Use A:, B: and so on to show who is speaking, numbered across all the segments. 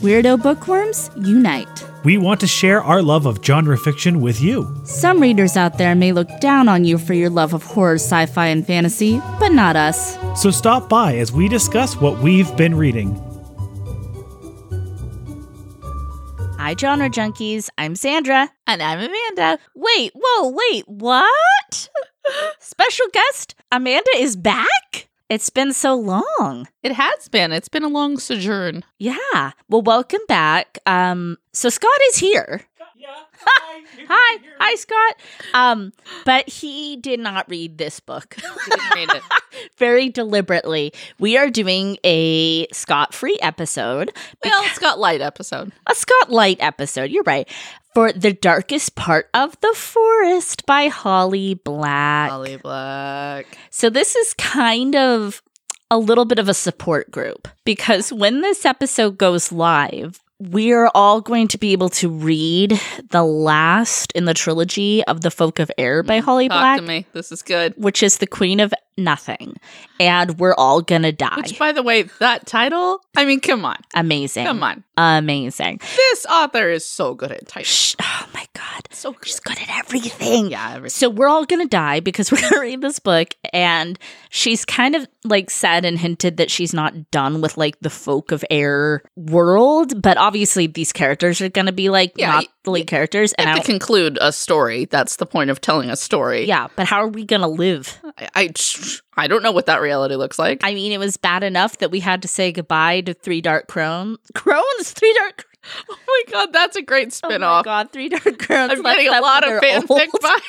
A: Weirdo Bookworms Unite.
B: We want to share our love of genre fiction with you.
A: Some readers out there may look down on you for your love of horror, sci fi, and fantasy, but not us.
B: So stop by as we discuss what we've been reading.
A: Hi, genre junkies. I'm Sandra.
C: And I'm Amanda. Wait, whoa, wait, what?
A: Special guest, Amanda is back? It's been so long.
C: It has been. It's been a long sojourn.
A: Yeah. Well, welcome back. Um, so Scott is here. Hi, hi, Scott. Um, but he did not read this book very deliberately. We are doing a Scott free episode,
C: Well, it's got light episode.
A: a Scott light episode. You're right. For The Darkest Part of the Forest by Holly Black.
C: Holly Black.
A: So this is kind of a little bit of a support group because when this episode goes live, we're all going to be able to read the last in the trilogy of The Folk of Air by Holly
C: Mm-hmm. Talk
A: Black,
C: to me. This is good.
A: which is The Queen of Nothing. And we're all going to die.
C: Which, by the way, that title, I mean, come on.
A: Amazing.
C: Come on.
A: Amazing.
C: This author is so good at titles.
A: Shh. Oh my God.
C: So good.
A: She's good at everything.
C: Yeah, everything.
A: So we're all going to die because we're going to read this book. And she's kind of like said and hinted that she's not done with like the folk of air world. But obviously, these characters are going to be like
C: Yeah,
A: not
C: y-
A: the lead characters.
C: You
A: And I
C: have
A: don't,
C: to conclude a story. That's the point of telling a story.
A: yeah, but how are we going to live?
C: I, I, I don't know what that reality looks like.
A: I mean, it was bad enough that we had to say goodbye to Three Dark Crones. Crones, Three Dark.
C: oh my God, that's a great
A: Oh
C: spin
A: my
C: off.
A: God, Three Dark Crones.
C: I'm
A: Like,
C: getting a
A: that's
C: lot
A: when
C: of
A: they're
C: fanfic
A: old.
C: vibes.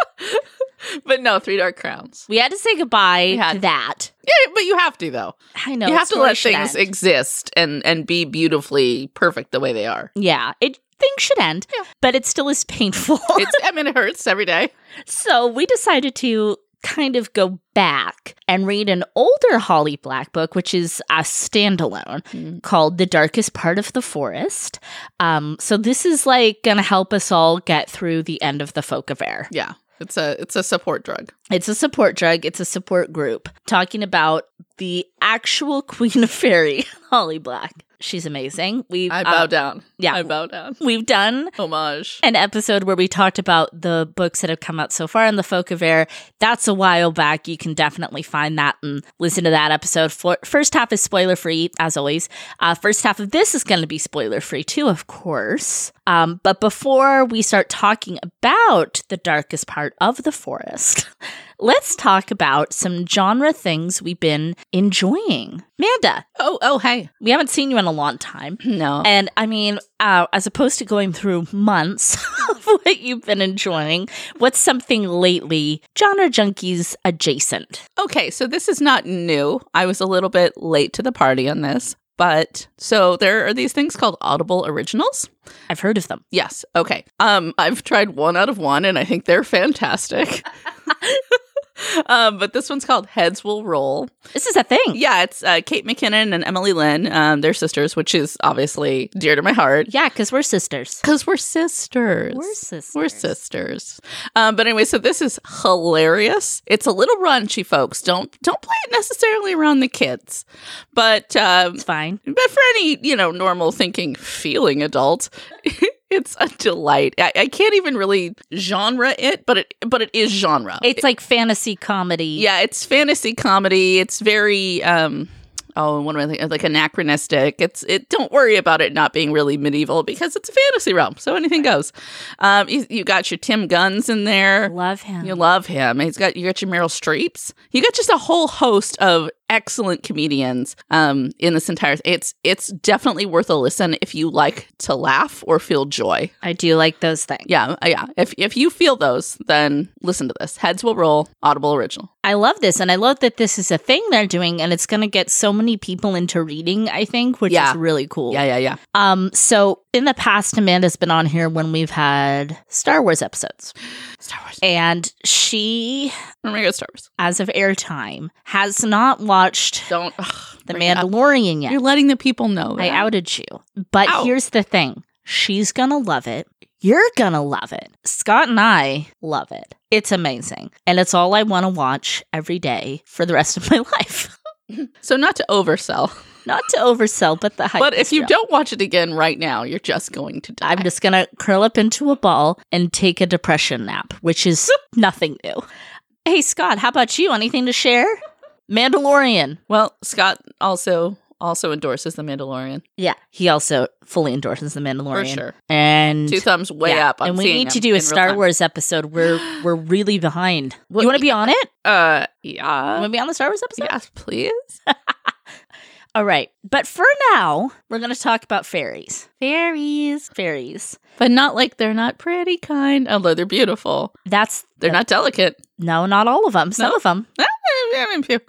C: but no, Three Dark Crowns.
A: We had to say goodbye
C: We had
A: to
C: to.
A: that.
C: Yeah, but you have to though.
A: I know
C: you have to
A: story
C: let
A: should
C: things
A: end.
C: exist and and be beautifully perfect the way they are.
A: Yeah, it things should end,
C: Yeah.
A: but it still is painful.
C: It's I mean it hurts every day.
A: so we decided to kind of go back and read an older Holly Black book, which is a standalone
C: Mm-hmm.
A: called "The Darkest Part of the Forest." Um, so this is like going to help us all get through the end of the Folk of Air.
C: Yeah. It's a it's a support drug.
A: It's a support drug. It's a support group talking about the actual Queen of Fairy, Holly Black. She's amazing. We
C: I
A: uh,
C: bow down.
A: yeah.
C: I bow down.
A: We've done
C: Homage.
A: an episode where we talked about the books that have come out so far in the folk of air that's a while back you can definitely find that and listen to that episode For- first half is spoiler free as always uh, first half of this is going to be spoiler free too of course um, but before we start talking about the darkest part of the forest let's talk about some genre things we've been enjoying manda
C: Oh, oh hey.
A: we haven't seen you in a long time
C: No.
A: and I mean, uh, as opposed to going through months of what you've been enjoying, what's something lately genre junkies adjacent?
C: Okay, so this is not new. I was a little bit late to the party on this, but so there are these things called Audible Originals.
A: I've heard of them.
C: Yes. Okay. Um, I've tried one out of one, and I think they're fantastic. um, but this one's called Heads Will Roll.
A: This is a thing.
C: Yeah, it's uh, Kate McKinnon and Emily Lynn. Um, they're sisters, which is obviously dear to my heart
A: Yeah, because we're sisters.
C: because we're sisters.
A: We're sisters.
C: We're sisters. Um, but anyway, so this is hilarious. It's a little raunchy, folks. Don't don't play it necessarily around the kids, but um,
A: It's fine.
C: but for any you know normal thinking feeling adult it's a delight I, I can't even really genre it but it but it is genre
A: It's like fantasy comedy.
C: yeah it's fantasy comedy it's very um oh what am i thinking like anachronistic it's it don't worry about it not being really medieval because it's a fantasy realm so anything goes um you, you got your tim guns in there
A: Love him.
C: you love him. He's got you got your Meryl Streeps. You got just a whole host of excellent comedians um, in this entire. It's it's definitely worth a listen if you like to laugh or feel joy.
A: I do like those things.
C: Yeah, uh, yeah. If if you feel those, then listen to this. Heads will roll. Audible original.
A: I love this, and I love that this is a thing they're doing, and it's going to get so many people into reading. I think, which
C: Yeah.
A: is really cool.
C: Yeah, yeah, yeah.
A: Um. So in the past, Amanda's been on here when we've had Star Wars episodes,
C: Star Wars.
A: and she
C: We're gonna go Star Wars.
A: as of airtime, has not watched
C: Don't. ugh,
A: The
C: bring it up.
A: Mandalorian yet.
C: You're letting the people know.
A: I
C: that.
A: outed you. But
C: Ow.
A: here's the thing she's going to love it. You're going to love it. Scott and I love it. It's amazing. And it's all I want to watch every day for the rest of my life.
C: So not to oversell,
A: Not to oversell, but the hype.
C: but if
A: is
C: you
A: real.
C: don't watch it again right now, you're just going to die.
A: I'm just going to curl up into a ball and take a depression nap, which is nothing new. Hey, Scott, how about you? Anything to share? Mandalorian.
C: well, Scott also also endorses The Mandalorian
A: Yeah. He also fully endorses The Mandalorian.
C: for sure.
A: And.
C: Two thumbs way
A: yeah,
C: up. I'm
A: and we
C: seeing
A: need to
C: him
A: do
C: in
A: a Star
C: real time.
A: Wars episode. We're we're really behind.
C: Well,
A: you want to be on it?
C: Uh,
A: You
C: yeah,
A: want to be on the Star Wars episode?
C: yes, please.
A: All right. But for now, we're going to talk about fairies. Fairies. Fairies.
C: But not like they're not pretty kind, although they're beautiful.
A: That's
C: They're not delicate.
A: no, not all of them. Some
C: No?
A: of them.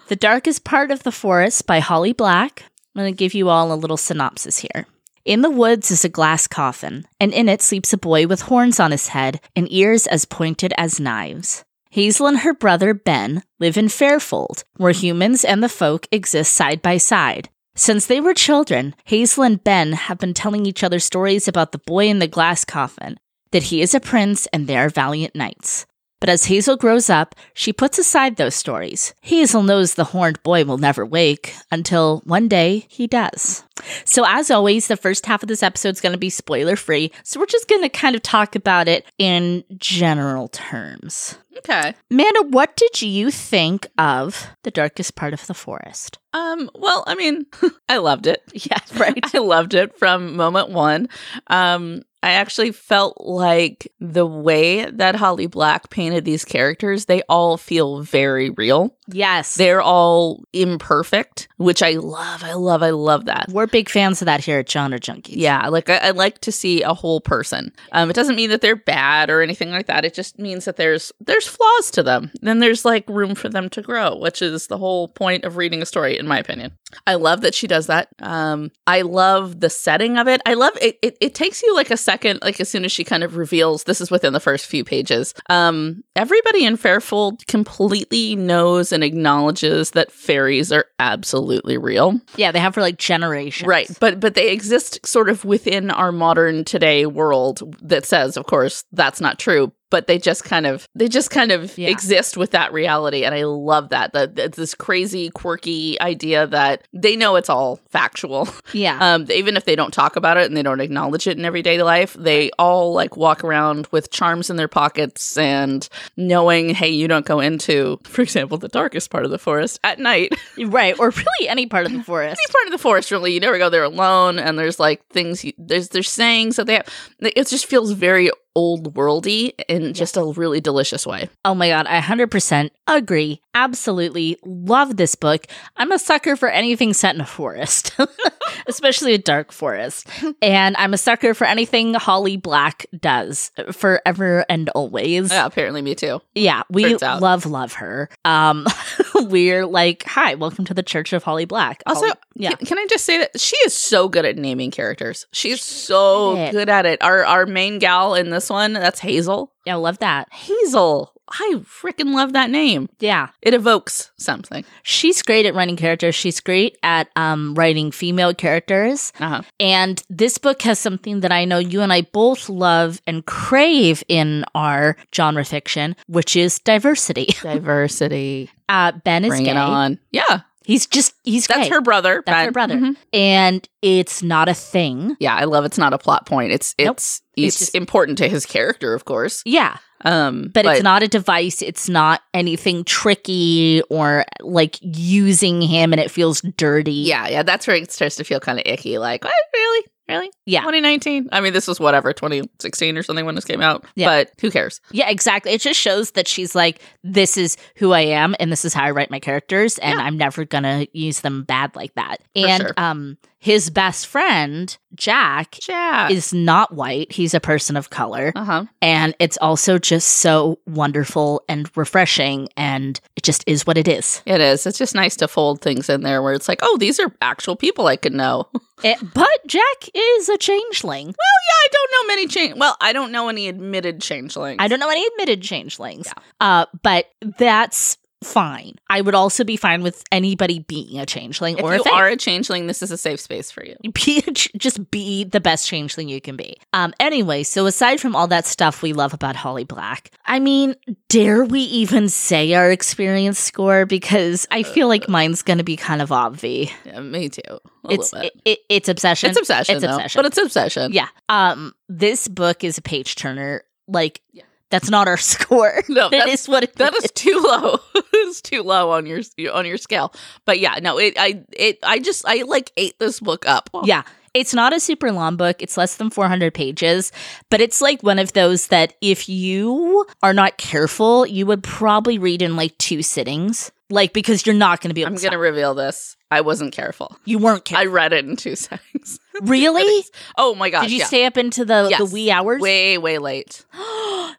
A: The Darkest Part of the Forest by Holly Black. I'm going to give you all a little synopsis here. In the woods is a glass coffin, and in it sleeps a boy with horns on his head and ears as pointed as knives. Hazel and her brother Ben live in Fairfold, where humans and the folk exist side by side. Since they were children, Hazel and Ben have been telling each other stories about the boy in the glass coffin, that he is a prince and they are valiant knights. But as Hazel grows up, she puts aside those stories. Hazel knows the horned boy will never wake until one day he does. So, as always, the first half of this episode is going to be spoiler free. So, we're just going to kind of talk about it in general terms.
C: Okay.
A: Amanda, what did you think of The Darkest Part of the Forest?
C: Um, well, I mean, I loved it.
A: Yeah, right.
C: I loved it from moment one. Um, I actually felt like the way that Holly Black painted these characters, they all feel very real.
A: yes.
C: They're all imperfect, which I love. I love, I love that.
A: We're big fans of that here at Genre Junkies.
C: Yeah, like I, I like to see a whole person. Um, it doesn't mean that they're bad or anything like that. It just means that there's there's flaws to them. Then there's like room for them to grow, which is the whole point of reading a story, in my opinion. I love that she does that. Um, I love the setting of it. I love it. It, it takes you like a second, like as soon as she kind of reveals this is within the first few pages. Um, everybody in Fairfold completely knows and acknowledges that fairies are absolutely real.
A: Yeah, they have for like generations.
C: Right, but but they exist sort of within our modern today world that says, of course, that's not true. But they just kind of they just kind of
A: Yeah.
C: exist with that reality, and I love that. That it's this crazy, quirky idea that they know it's all factual.
A: Yeah.
C: Um, even if they don't talk about it and they don't acknowledge it in everyday life, they all like walk around with charms in their pockets and knowing, hey, you don't go into, for example, the darkest part of the forest at night
A: Uh, right. Or really any part of the forest.
C: any part of the forest really you never go there alone and there's like things you, there's there's sayings that they have like, it just feels very old worldy in just a really delicious way
A: Oh my God, I 100% agree. Absolutely love this book. I'm a sucker for anything set in a forest, especially a dark forest. And I'm a sucker for anything Holly Black does forever and always.
C: yeah apparently me too
A: Yeah, we
C: Turns out.
A: love, love her. Um, we're like, hi, welcome to the Church of Holly Black.
C: Also,
A: Holly- yeah.
C: Can, can I just say that she is so good at naming characters? She's so
A: Shit.
C: good at it. Our our main gal in this one, that's Hazel.
A: yeah, I love that.
C: Hazel. I freaking love that name.
A: Yeah.
C: It evokes something.
A: She's great at writing characters. She's great at um, writing female characters.
C: Uh-huh.
A: And this book has something that I know you and I both love and crave in our genre fiction, which is diversity.
C: Diversity.
A: Uh, ben is
C: Bring
A: gay.
C: it on. Yeah.
A: He's just he's
C: That's
A: gay.
C: her brother.
A: That's
C: Ben.
A: her brother,
C: Mhm.
A: and it's not a thing.
C: yeah i love it's not a plot point it's
A: Nope.
C: it's
A: It's
C: it's,
A: just-
C: important to his character of course
A: Yeah,
C: um
A: but, it's not a device. It's not anything tricky or like using him, and it feels dirty.
C: yeah yeah that's where it starts to feel kind of icky like what really really
A: yeah,
C: 2019 i mean this was whatever 2016 or something when this came out
A: Yeah.
C: but who cares
A: yeah. Exactly. It just shows that she's like, this is who I am, and this is how I write my characters, and
C: Yeah.
A: I'm never gonna use them bad like that. And
C: sure.
A: um, his best friend Jack
C: yeah
A: is not white; he's a person of color,
C: uh-huh
A: and it's also just so wonderful and refreshing, and it just is what it is.
C: it is it's just nice to fold things in there where it's like oh these are actual people i could know well
A: It- Eh, but Jack is a changeling.
C: yeah i don't know many change well i don't know any admitted changelings
A: I don't know any admitted changelings, uh, but that's fine. I would also be fine with anybody being a changeling
C: If
A: or a
C: you
A: thing.
C: are a changeling, this is a safe space for you.
A: be just be the best changeling you can be. Um anyway, so aside from all that stuff we love about Holly Black, I mean, dare we even say our experience score because
C: Uh,
A: I feel like mine's going to be kind of obvious.
C: Yeah, me too. A
A: It's
C: little bit.
A: it, it- it's obsession.
C: it's obsession,
A: It's
C: though,
A: obsession.
C: But it's obsession.
A: yeah. Um this book is a page turner. Like
C: Yeah.
A: that's not our score.
C: No,
A: that
C: that's-
A: is what it
C: That is too low. it's too low on your on your scale. But yeah, no, it I it I just I like ate this book up.
A: Yeah. It's not a super long book. It's less than 400 pages, but it's like one of those that if you are not careful, you would probably read in like two sittings. Like because you're not going to be able
C: I'm
A: to
C: gonna reveal this. I wasn't careful.
A: You weren't
C: I
A: careful.
C: read it in two seconds.
A: really?
C: Oh my gosh!
A: Did you
C: yeah.
A: stay up into the the
C: Yes.
A: wee hours?
C: way way late?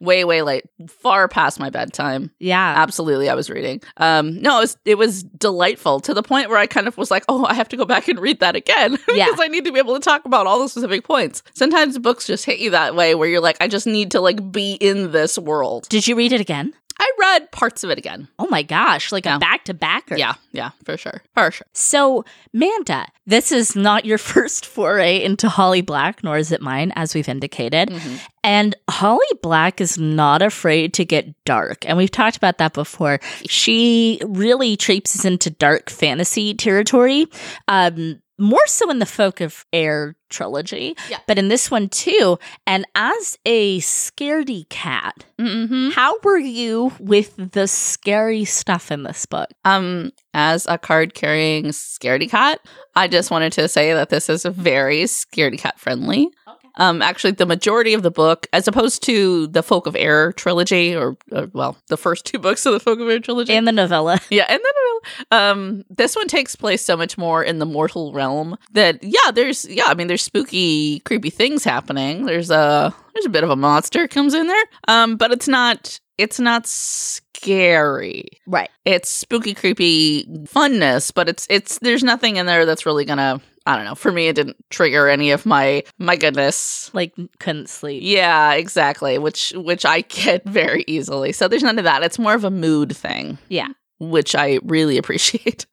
C: Way way late. Far past my bedtime.
A: yeah.
C: Absolutely, I was reading. Um, no, it was, it was delightful to the point where I kind of was like, "Oh, I have to go back and read that again because
A: Yeah.
C: I need to be able to talk about all the specific points." Sometimes books just hit you that way, where you're like, "I just need to like be in this world."
A: Did you read it again?
C: I read parts of it again.
A: Oh my gosh, like
C: Yeah.
A: a back to backer.
C: Yeah, yeah, for sure, for sure.
A: So, Manda, this is not your first foray into Holly Black, nor is it mine, as we've indicated.
C: Mhm.
A: And Holly Black is not afraid to get dark. And we've talked about that before. She really traipses into dark fantasy territory, um, more so in the Folk of Air trilogy,
C: Yeah.
A: but in this one too. And as a scaredy cat,
C: Mm-hmm.
A: how were you with the scary stuff in this book?
C: Um, as a card carrying scaredy cat, I just wanted to say that this is very scaredy cat friendly.
A: Okay.
C: Um, actually, the majority of the book, as opposed to the Folk of Air trilogy, or, or well, the first two books of the Folk of Air trilogy,
A: In the novella.
C: yeah, and then um, this one takes place so much more in the mortal realm that yeah, there's yeah, I mean there's spooky, creepy things happening. There's a there's a bit of a monster comes in there, um, but it's not it's not scary.
A: Right.
C: It's spooky, creepy funness, but it's it's there's nothing in there that's really gonna I don't know. For me, it didn't trigger any of my my goodness.
A: Like, couldn't sleep.
C: Yeah, exactly. Which which I get very easily. So there's none of that. It's more of a mood thing.
A: Yeah.
C: Which I really appreciate.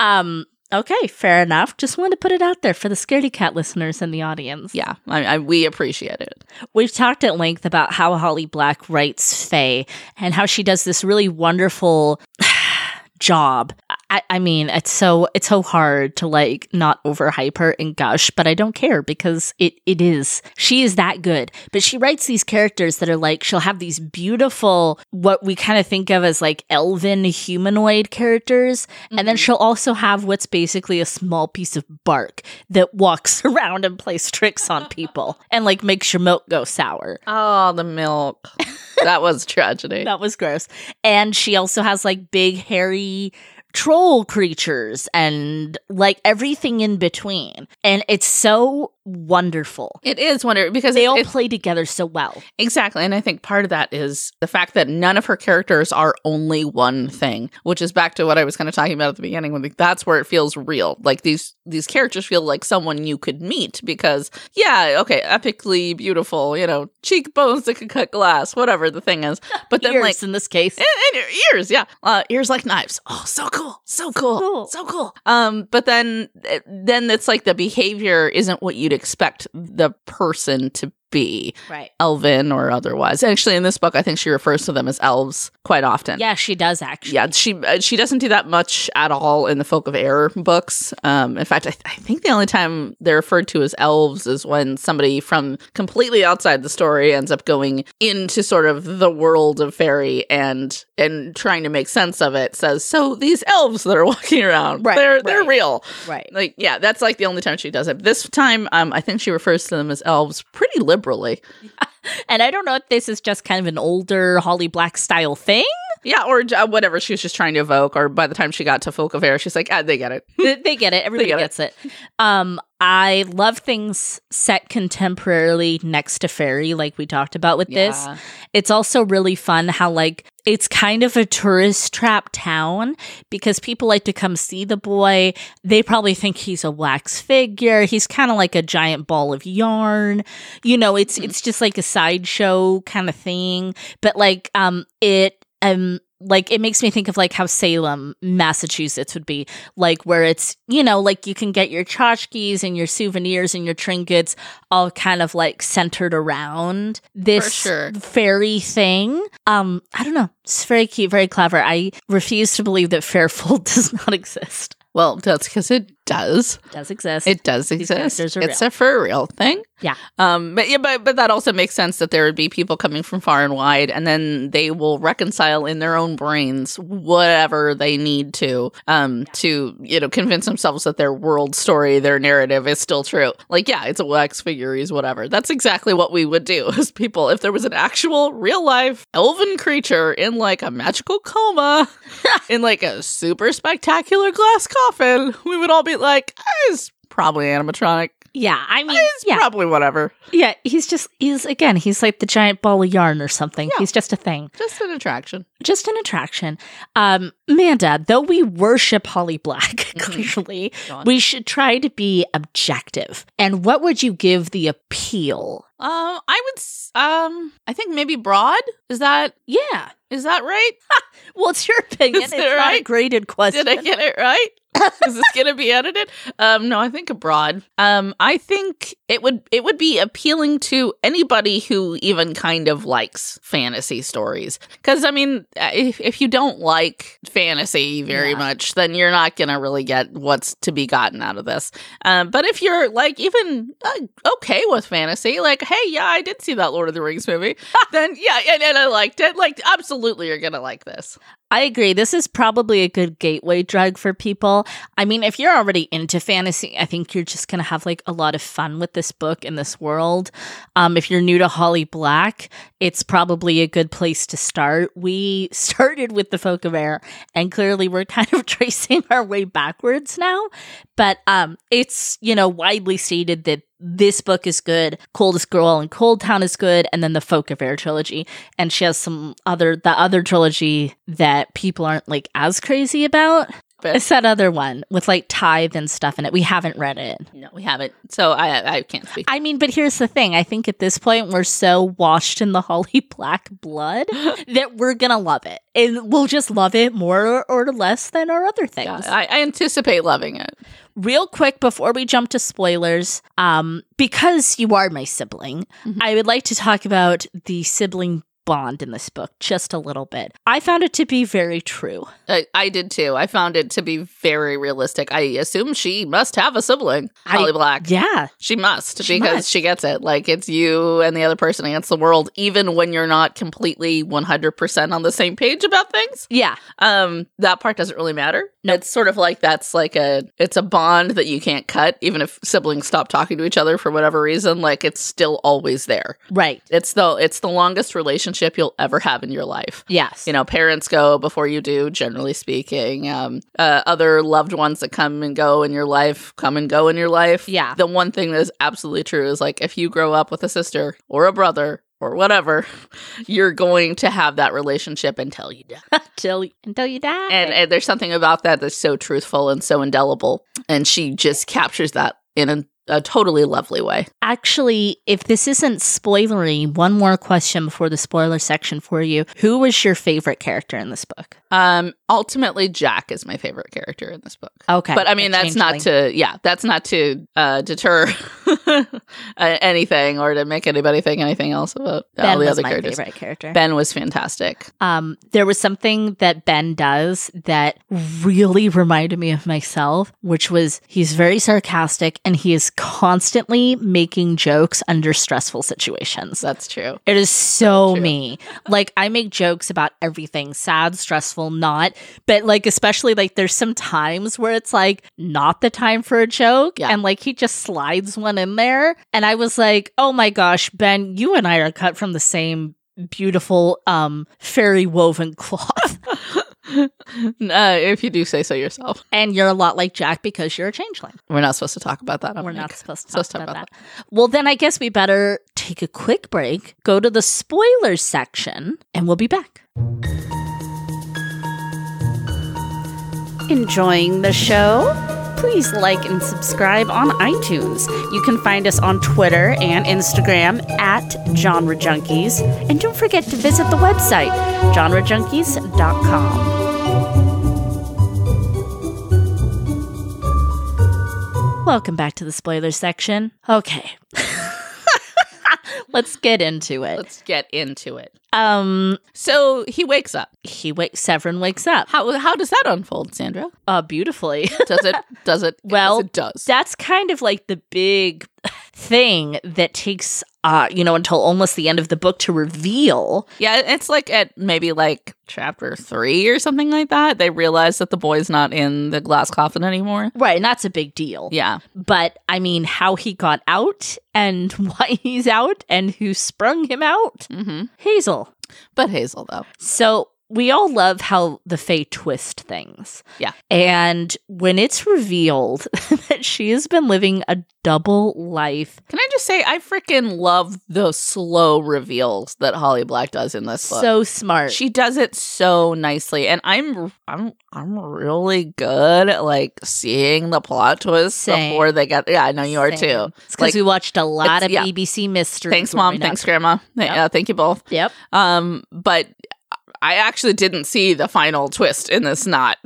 A: Um. Okay, fair enough. Just wanted to put it out there for the scaredy cat listeners in the audience.
C: Yeah, I, I we appreciate it.
A: We've talked at length about how Holly Black writes Faye and how she does this really wonderful job. I, I mean, it's so it's so hard to like not overhype her and gush, but I don't care because it it is. She is that good. But she writes these characters that are like she'll have these beautiful what we kind of think of as like elven humanoid characters, and then she'll also have what's basically a small piece of bark that walks around and plays tricks on people and like makes your milk go sour.
C: Oh, the milk. that was tragedy.
A: That was gross. And she also has like big hairy troll creatures and like everything in between. And it's so wonderful.
C: It is wonder because
A: They
C: it-
A: all
C: it-
A: play together so well.
C: exactly, and I think part of that is the fact that none of her characters are only one thing, which is back to what I was kind of talking about at the beginning. When like, that's where it feels real, like these these characters feel like someone you could meet because yeah, okay, epically beautiful, you know, cheekbones that could cut glass, whatever the thing is, but then
A: Ears
C: like
A: in this case.
C: and, and your ears yeah uh, ears like knives oh so cool so cool
A: cool.
C: so cool um but then then it's like the behavior isn't what you'd expect the person to be
A: Right.
C: elven or otherwise actually in this book i think she refers to them as elves quite often
A: Yeah, she does actually.
C: yeah, she uh, she doesn't do that much at all in the Folk of Air books. Um, in fact, I, th- I think the only time they're referred to as elves is when somebody from completely outside the story ends up going into sort of the world of fairy and and trying to make sense of it. Says so these elves that are walking around,
A: Right,
C: they're they're
A: right.
C: real.
A: Right.
C: Like yeah, that's like the only time she does it. This time, um, I think she refers to them as elves pretty liberally.
A: And I don't know if this is just kind of an older Holly Black style thing.
C: Yeah, or uh, whatever she was just trying to evoke. Or by the time she got to Folk of Air, she's like, ah, they get it.
A: they they get it. Everybody
C: get it.
A: gets it. Um, I love things set contemporarily next to fairy, like we talked about with this. It's also really fun how like it's kind of a tourist trap town because people like to come see the boy. They probably think he's a wax figure. He's kind of like a giant ball of yarn. You know, it's it's just like a sideshow kind of thing. But like um it um like it makes me think of like how Salem, Massachusetts would be like where it's, you know, like you can get your tchotchkes and your souvenirs and your trinkets all kind of like centered around this
C: sure.
A: fairy thing. Um, I don't know. It's very cute, very clever. I refuse to believe that Fairfold does not exist.
C: Well, that's because it does.
A: It does exist.
C: It does exist.
A: characters are
C: It's a for real thing.
A: Yeah.
C: Um. But yeah. But but that also makes sense that there would be people coming from far and wide, and then they will reconcile in their own brains whatever they need to, um, to you know convince themselves that their world story, their narrative is still true. Like, yeah, it's a wax figurines, whatever. That's exactly what we would do as people if there was an actual real life elven creature in like a magical coma in like a super spectacular glass coffin, we would all be like, "Ah, it's probably animatronic.
A: yeah, I mean,
C: It's
A: yeah,
C: probably whatever.
A: yeah. He's just he's again. He's like the giant ball of yarn or something.
C: Yeah.
A: He's just a thing.
C: Just an attraction.
A: just an attraction. Um, Manda, though we worship Holly Black, clearly,
C: Mm-hmm. Go on.
A: we should try to be objective. And what would you give the appeal?
C: Um, I would. s- Um, I think maybe broad. Is that
A: Yeah.
C: is that right?
A: Well, it's your opinion.
C: Is
A: it's
C: that
A: not a
C: right?
A: graded question.
C: Did I get it right? Is this gonna be edited? Um, no, I think abroad. Um, I think it would it would be appealing to anybody who even kind of likes fantasy stories. Because I mean, uh, if if you don't like fantasy very
A: Yeah.
C: much, then you're not gonna really get what's to be gotten out of this. Um, but if you're like even uh, okay with fantasy, like hey, yeah, I did see that Lord of the Rings movie, then yeah, and, and I liked it. Like absolutely, you're gonna like this.
A: I agree. This is probably a good gateway drug for people. I mean, if you're already into fantasy, I think you're just going to have like a lot of fun with this book and this world. Um, if you're new to Holly Black, it's probably a good place to start. We started with the Folk of Air, and clearly we're kind of tracing our way backwards now. But um, it's, you know, widely stated that this book is good, Coldest Girl and Cold Town is good, and then the Folk of Air trilogy and she has some other the other trilogy that people aren't like as crazy about.
C: But-
A: It's that other one with like tithe and stuff in it. We haven't read it.
C: No, we haven't. So I I can't speak.
A: I mean, but here's the thing. I think at this point we're so washed in the Holly Black blood that we're gonna love it, and we'll just love it more or less than our other things.
C: Yeah, I, I anticipate loving it.
A: real quick before we jump to spoilers um because you are my sibling
C: Mhm.
A: i would like to talk about the sibling bond in this book just a little bit i found it to be very true
C: I, I did too. I found it to be very realistic. I assume she must have a sibling, Holly
A: I-
C: Black.
A: yeah
C: She must
A: She
C: because
A: must.
C: she gets it. Like it's you and the other person against the world, even when you're not completely 100% on the same page about things.
A: yeah
C: Um, that part doesn't really matter.
A: No.
C: It's sort of like that's like a it's a bond that you can't cut, even if siblings stop talking to each other for whatever reason. Like it's still always there.
A: right
C: It's the it's the longest relationship you'll ever have in your life.
A: yes
C: you know parents go before you do generally speaking um, uh, other loved ones that come and go in your life come and go in your life
A: Yeah.
C: the one thing that is absolutely true is like if you grow up with a sister or a brother or whatever you're going to have that relationship until you die
A: until until you die
C: and, and there's something about that that's so truthful and so indelible and she just captures that in a, a totally lovely way
A: actually if this isn't spoilery one more question before the spoiler section for you who was your favorite character in this book
C: um ultimately jack is my favorite character in this book
A: okay
C: But I mean, that's not to, yeah, that's not to uh, deter uh, anything or to make anybody think anything else about
A: ben
C: all the
A: was
C: other
A: my
C: characters.
A: favorite character
C: Ben was fantastic.
A: Um, there was something that Ben does that really reminded me of myself, which was he's very sarcastic and he is constantly making jokes under stressful situations.
C: That's true.
A: It is so
C: True.
A: me. Like I make jokes about everything, sad, stressful, not, but like especially like there's some times where it's like not the time for a joke
C: Yeah.
A: and like he just slides one in there and I was like, "Oh my gosh, Ben, you and I are cut from the same beautiful um fairy woven cloth
C: uh, if you do say so yourself,
A: and you're a lot like Jack because you're a changeling."
C: we're not supposed to talk about that. I'm
A: We're
C: like,
A: not supposed to talk,
C: supposed to
A: about,
C: talk about
A: that. Well, then I guess we better take a quick break, go to the spoilers section, and we'll be back.
D: Enjoying the show? please like and subscribe on iTunes. You can find us on Twitter and Instagram at Genre Junkies. And don't forget to visit the website, genrejunkies.com.
A: Welcome back to the spoiler section. Okay. Let's get into it.
C: Let's get into it.
A: Um
C: So he wakes up.
A: he wakes Severin wakes up.
C: How how does that unfold, Sandra?
A: Uh beautifully.
C: Does it does it
A: Well,
C: yes, it does.
A: That's kind of like the big thing that takes uh you know until almost the end of the book to reveal.
C: yeah, it's like at maybe like chapter three or something like that. They realize that the boy's not in the glass coffin anymore.
A: Right, and that's a big deal.
C: Yeah.
A: But I mean how he got out and why he's out and who sprung him out.
C: hmm
A: Hazel.
C: But Hazel though.
A: So we all love how the Fae twist things.
C: Yeah.
A: And when it's revealed that she has been living a double life,
C: Can I just say I freaking love the slow reveals that Holly Black does in this book.
A: so smart.
C: she does it so nicely and i'm i'm i'm really good at like seeing the plot twists
A: Same.
C: before they get yeah i know you are
A: Same.
C: too
A: It's because
C: like-
A: we watched a lot
C: It's-
A: of
C: yeah.
A: BBC mysteries.
C: thanks
A: when we
C: mom
A: not-
C: thanks grandma Th-
A: Yeah.
C: uh, thank you both
A: Yep.
C: um but i actually didn't see the final twist in this knot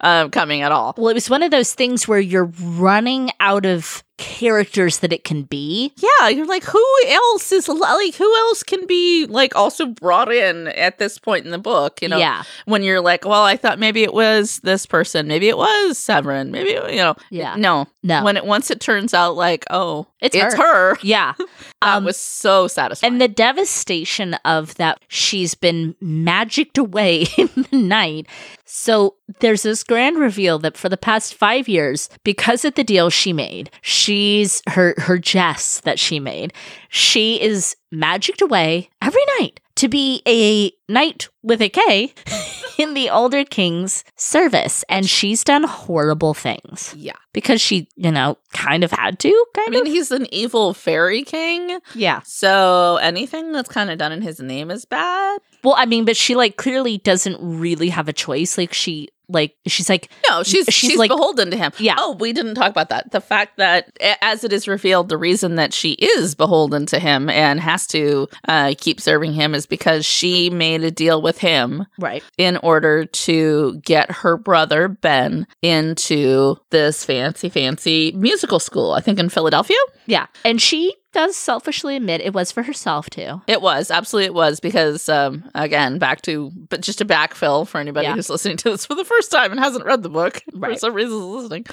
C: um coming at all
A: Well, it was one of those things where you're running out of characters that it can be.
C: yeah you're like who else is like who else can be like also brought in at this point in the book you know
A: yeah.
C: when you're like well i thought maybe it was this person maybe it was severin maybe it- you know
A: Yeah.
C: no
A: No.
C: when it once it turns out like oh
A: It's
C: it's, her,
A: yeah.
C: that
A: Um,
C: was so satisfying
A: And the devastation of that she's been magicked away in the night. So there's this grand reveal that for the past five years, because of the deal she made, she's her her jest that she made, she is magicked away every night to be a knight with a K in the older king's service. And she's done horrible things.
C: Yeah.
A: Because she, you know, kind of had to, kind
C: I mean,
A: of.
C: he's an evil fairy king,
A: Yeah.
C: so anything that's kind of done in his name is bad.
A: Well, I mean, but she like clearly doesn't really have a choice. Like she like she's like
C: No, she's
A: She's
C: she's,
A: like-
C: beholden to him.
A: Yeah.
C: Oh, we didn't talk about that. The fact that, a- as it is revealed, the reason that she is beholden to him and has to uh, keep serving him is because she made a deal with him
A: right.
C: in order to get her brother Ben into this fancy, fancy musical school. I think in Philadelphia.
A: Yeah. And she does selfishly admit it was for herself too.
C: It was absolutely it was because um, again back to but just a backfill for anybody
A: Yeah.
C: who's listening to this for the first time and hasn't read the book
A: Right.
C: for some reason is listening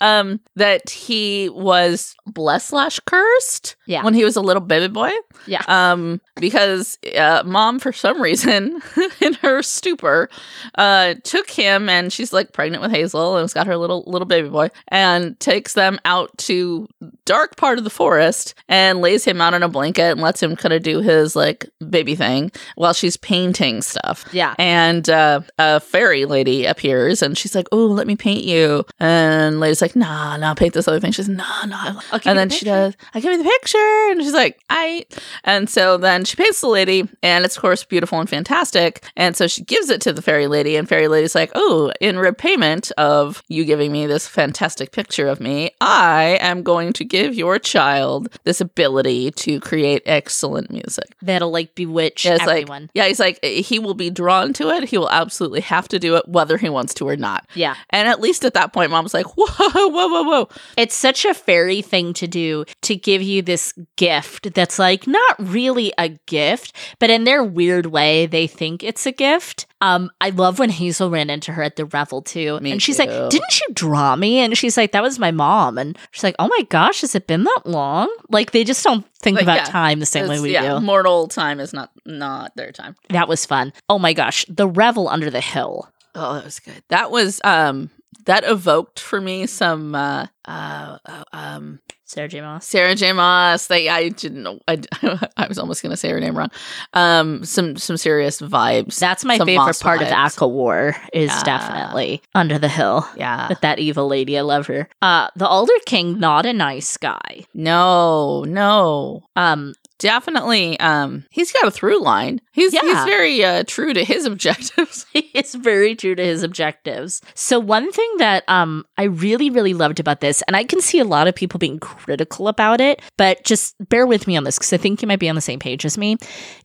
C: um, that he was blessed slash cursed
A: Yeah.
C: when he was a little baby boy
A: Yeah.
C: um, because uh, mom for some reason in her stupor uh, took him and she's like pregnant with Hazel and has got her little little baby boy and takes them out to dark part of the forest and lays him out on a blanket and lets him kind of do his like baby thing while she's painting stuff.
A: Yeah.
C: And uh, a fairy lady appears and she's like, "Oh, let me paint you." And lady's like, "Nah, nah, paint this other thing." She's, "Nah, nah."
A: give you
C: And then
A: the
C: she
A: picture.
C: does. I give me the picture, and she's like, "I." And so then she paints the lady, and it's of course beautiful and fantastic. And so she gives it to the fairy lady, and fairy lady's like, "Oh, in repayment of you giving me this fantastic picture of me, I am going to give your child this ability to create excellent music."
A: That'll like bewitch
C: Yeah, it's like-
A: everyone.
C: Yeah, he's like, he will be drawn to it. He will absolutely have to do it, whether he wants to or not.
A: yeah.
C: And at least at that point, mom's like, whoa, whoa, whoa, whoa.
A: It's such a fairy thing to do to give you this gift that's like not really a gift, but in their weird way, they think it's a gift. Um, I love when Hazel ran into her at the revel too,
C: Me
A: and she's
C: too.
A: like, "Didn't you draw me?" And she's like, "That was my mom." And she's like, "Oh my gosh, has it been that long?" Like they just don't think
C: Like,
A: about
C: yeah.
A: time the same way
C: It's-
A: we do.
C: Mortal time is not not their time.
A: That was fun. Oh my gosh, the revel under the hill.
C: Oh, that was good. That was, um, that evoked for me some, uh, uh, uh, um,
A: Sarah J. Moss.
C: Sarah J. Moss. They, I didn't know. I, I was almost going to say her name wrong. Um, some, some serious vibes.
A: That's my
C: Some
A: favorite
C: Moss
A: part of
C: vibes.
A: Aqua War is
C: Yeah.
A: definitely under the hill.
C: yeah.
A: But that evil lady, I love her. Uh, the Alder King, not a nice guy.
C: No, no.
A: Um,
C: definitely um he's got a through line. He's he's
A: Yeah.
C: very uh, true to his objectives.
A: he is very true to his objectives. So one thing that um I really really loved about this and I can see a lot of people being critical about it, but just bear with me on this cuz I think you might be on the same page as me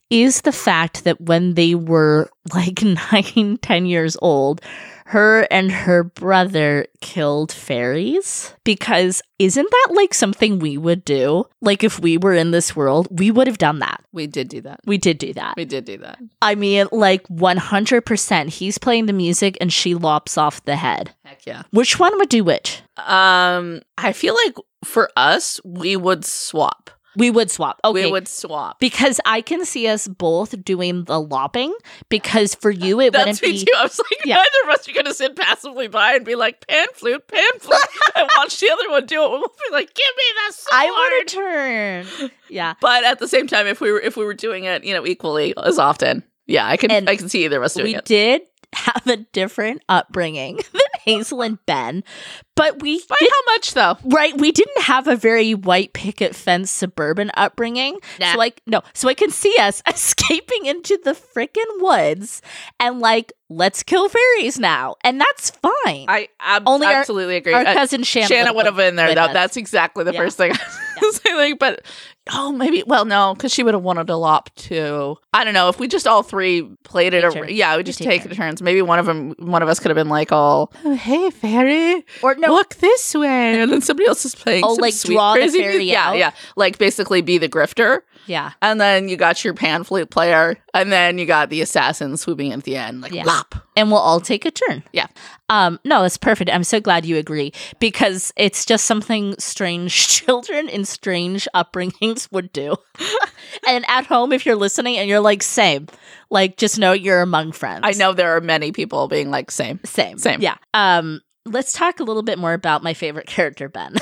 A: is the fact that when they were like nine, ten years old, her and her brother killed fairies because isn't that like something we would do? Like if we were in this world, we would have done that.
C: we did do that.
A: We did do that.
C: We did do that.
A: I mean, like 100%. He's playing the music and she lops off the head.
C: Heck yeah.
A: Which one would do which?
C: Um I feel like for us we would swap.
A: We would swap. Okay.
C: We would swap.
A: because I can see us both doing the lopping because for you it
C: That's
A: wouldn't
C: me
A: be
C: too. I was like,
A: Yeah.
C: neither of us are going to sit passively by and be like, pan flute, pan flute, and watch the other one do it. We'll be like, give me that sword.
A: I want a turn. Yeah.
C: but at the same time, if we were if we were doing it, you know, equally as often, yeah, I can
A: And
C: I can see either of us doing
A: We
C: it.
A: did have a different upbringing than Hazel and Ben, but we
C: By
A: did-
C: how much though?
A: Right, we didn't have a very white picket fence suburban upbringing.
C: Nah.
A: So like no, so I can see us escaping into the frickin' woods and like let's kill fairies now, and that's fine.
C: I ab-
A: Only our-
C: absolutely agree.
A: Our
C: Uh,
A: cousin Shanna,
C: Shanna would have been there.
A: with
C: Though.
A: us.
C: That's exactly the
A: Yeah.
C: first thing I was thinking. But oh, maybe. Well, no, because she would have wanted a lop too. I don't know. If we just all three played it,
A: Take
C: ar-
A: turns.
C: yeah, we
A: We
C: just
A: take
C: take,
A: turns.
C: turns. Maybe one of them, one of us could have been like, all, oh, hey, fairy,
A: or no,
C: look this way, and then somebody else is playing.
A: Oh,
C: some
A: like,
C: sweet,
A: draw the
C: crazy
A: fairy
C: music. Yeah,
A: out?
C: yeah. Like basically be the grifter.
A: yeah,
C: And then you got your pan flute player, and then you got the assassin swooping in at the end, like
A: Yeah.
C: lop.
A: and we'll all take a turn.
C: Yeah.
A: Um, no, that's perfect. I'm so glad you agree because it's just something strange children in strange upbringings would do. and at home, if you're listening and you're like same, like just know you're among friends.
C: I know there are many people being like, same.
A: Same.
C: Same.
A: Yeah. Um, let's talk a little bit more about my favorite character, Ben.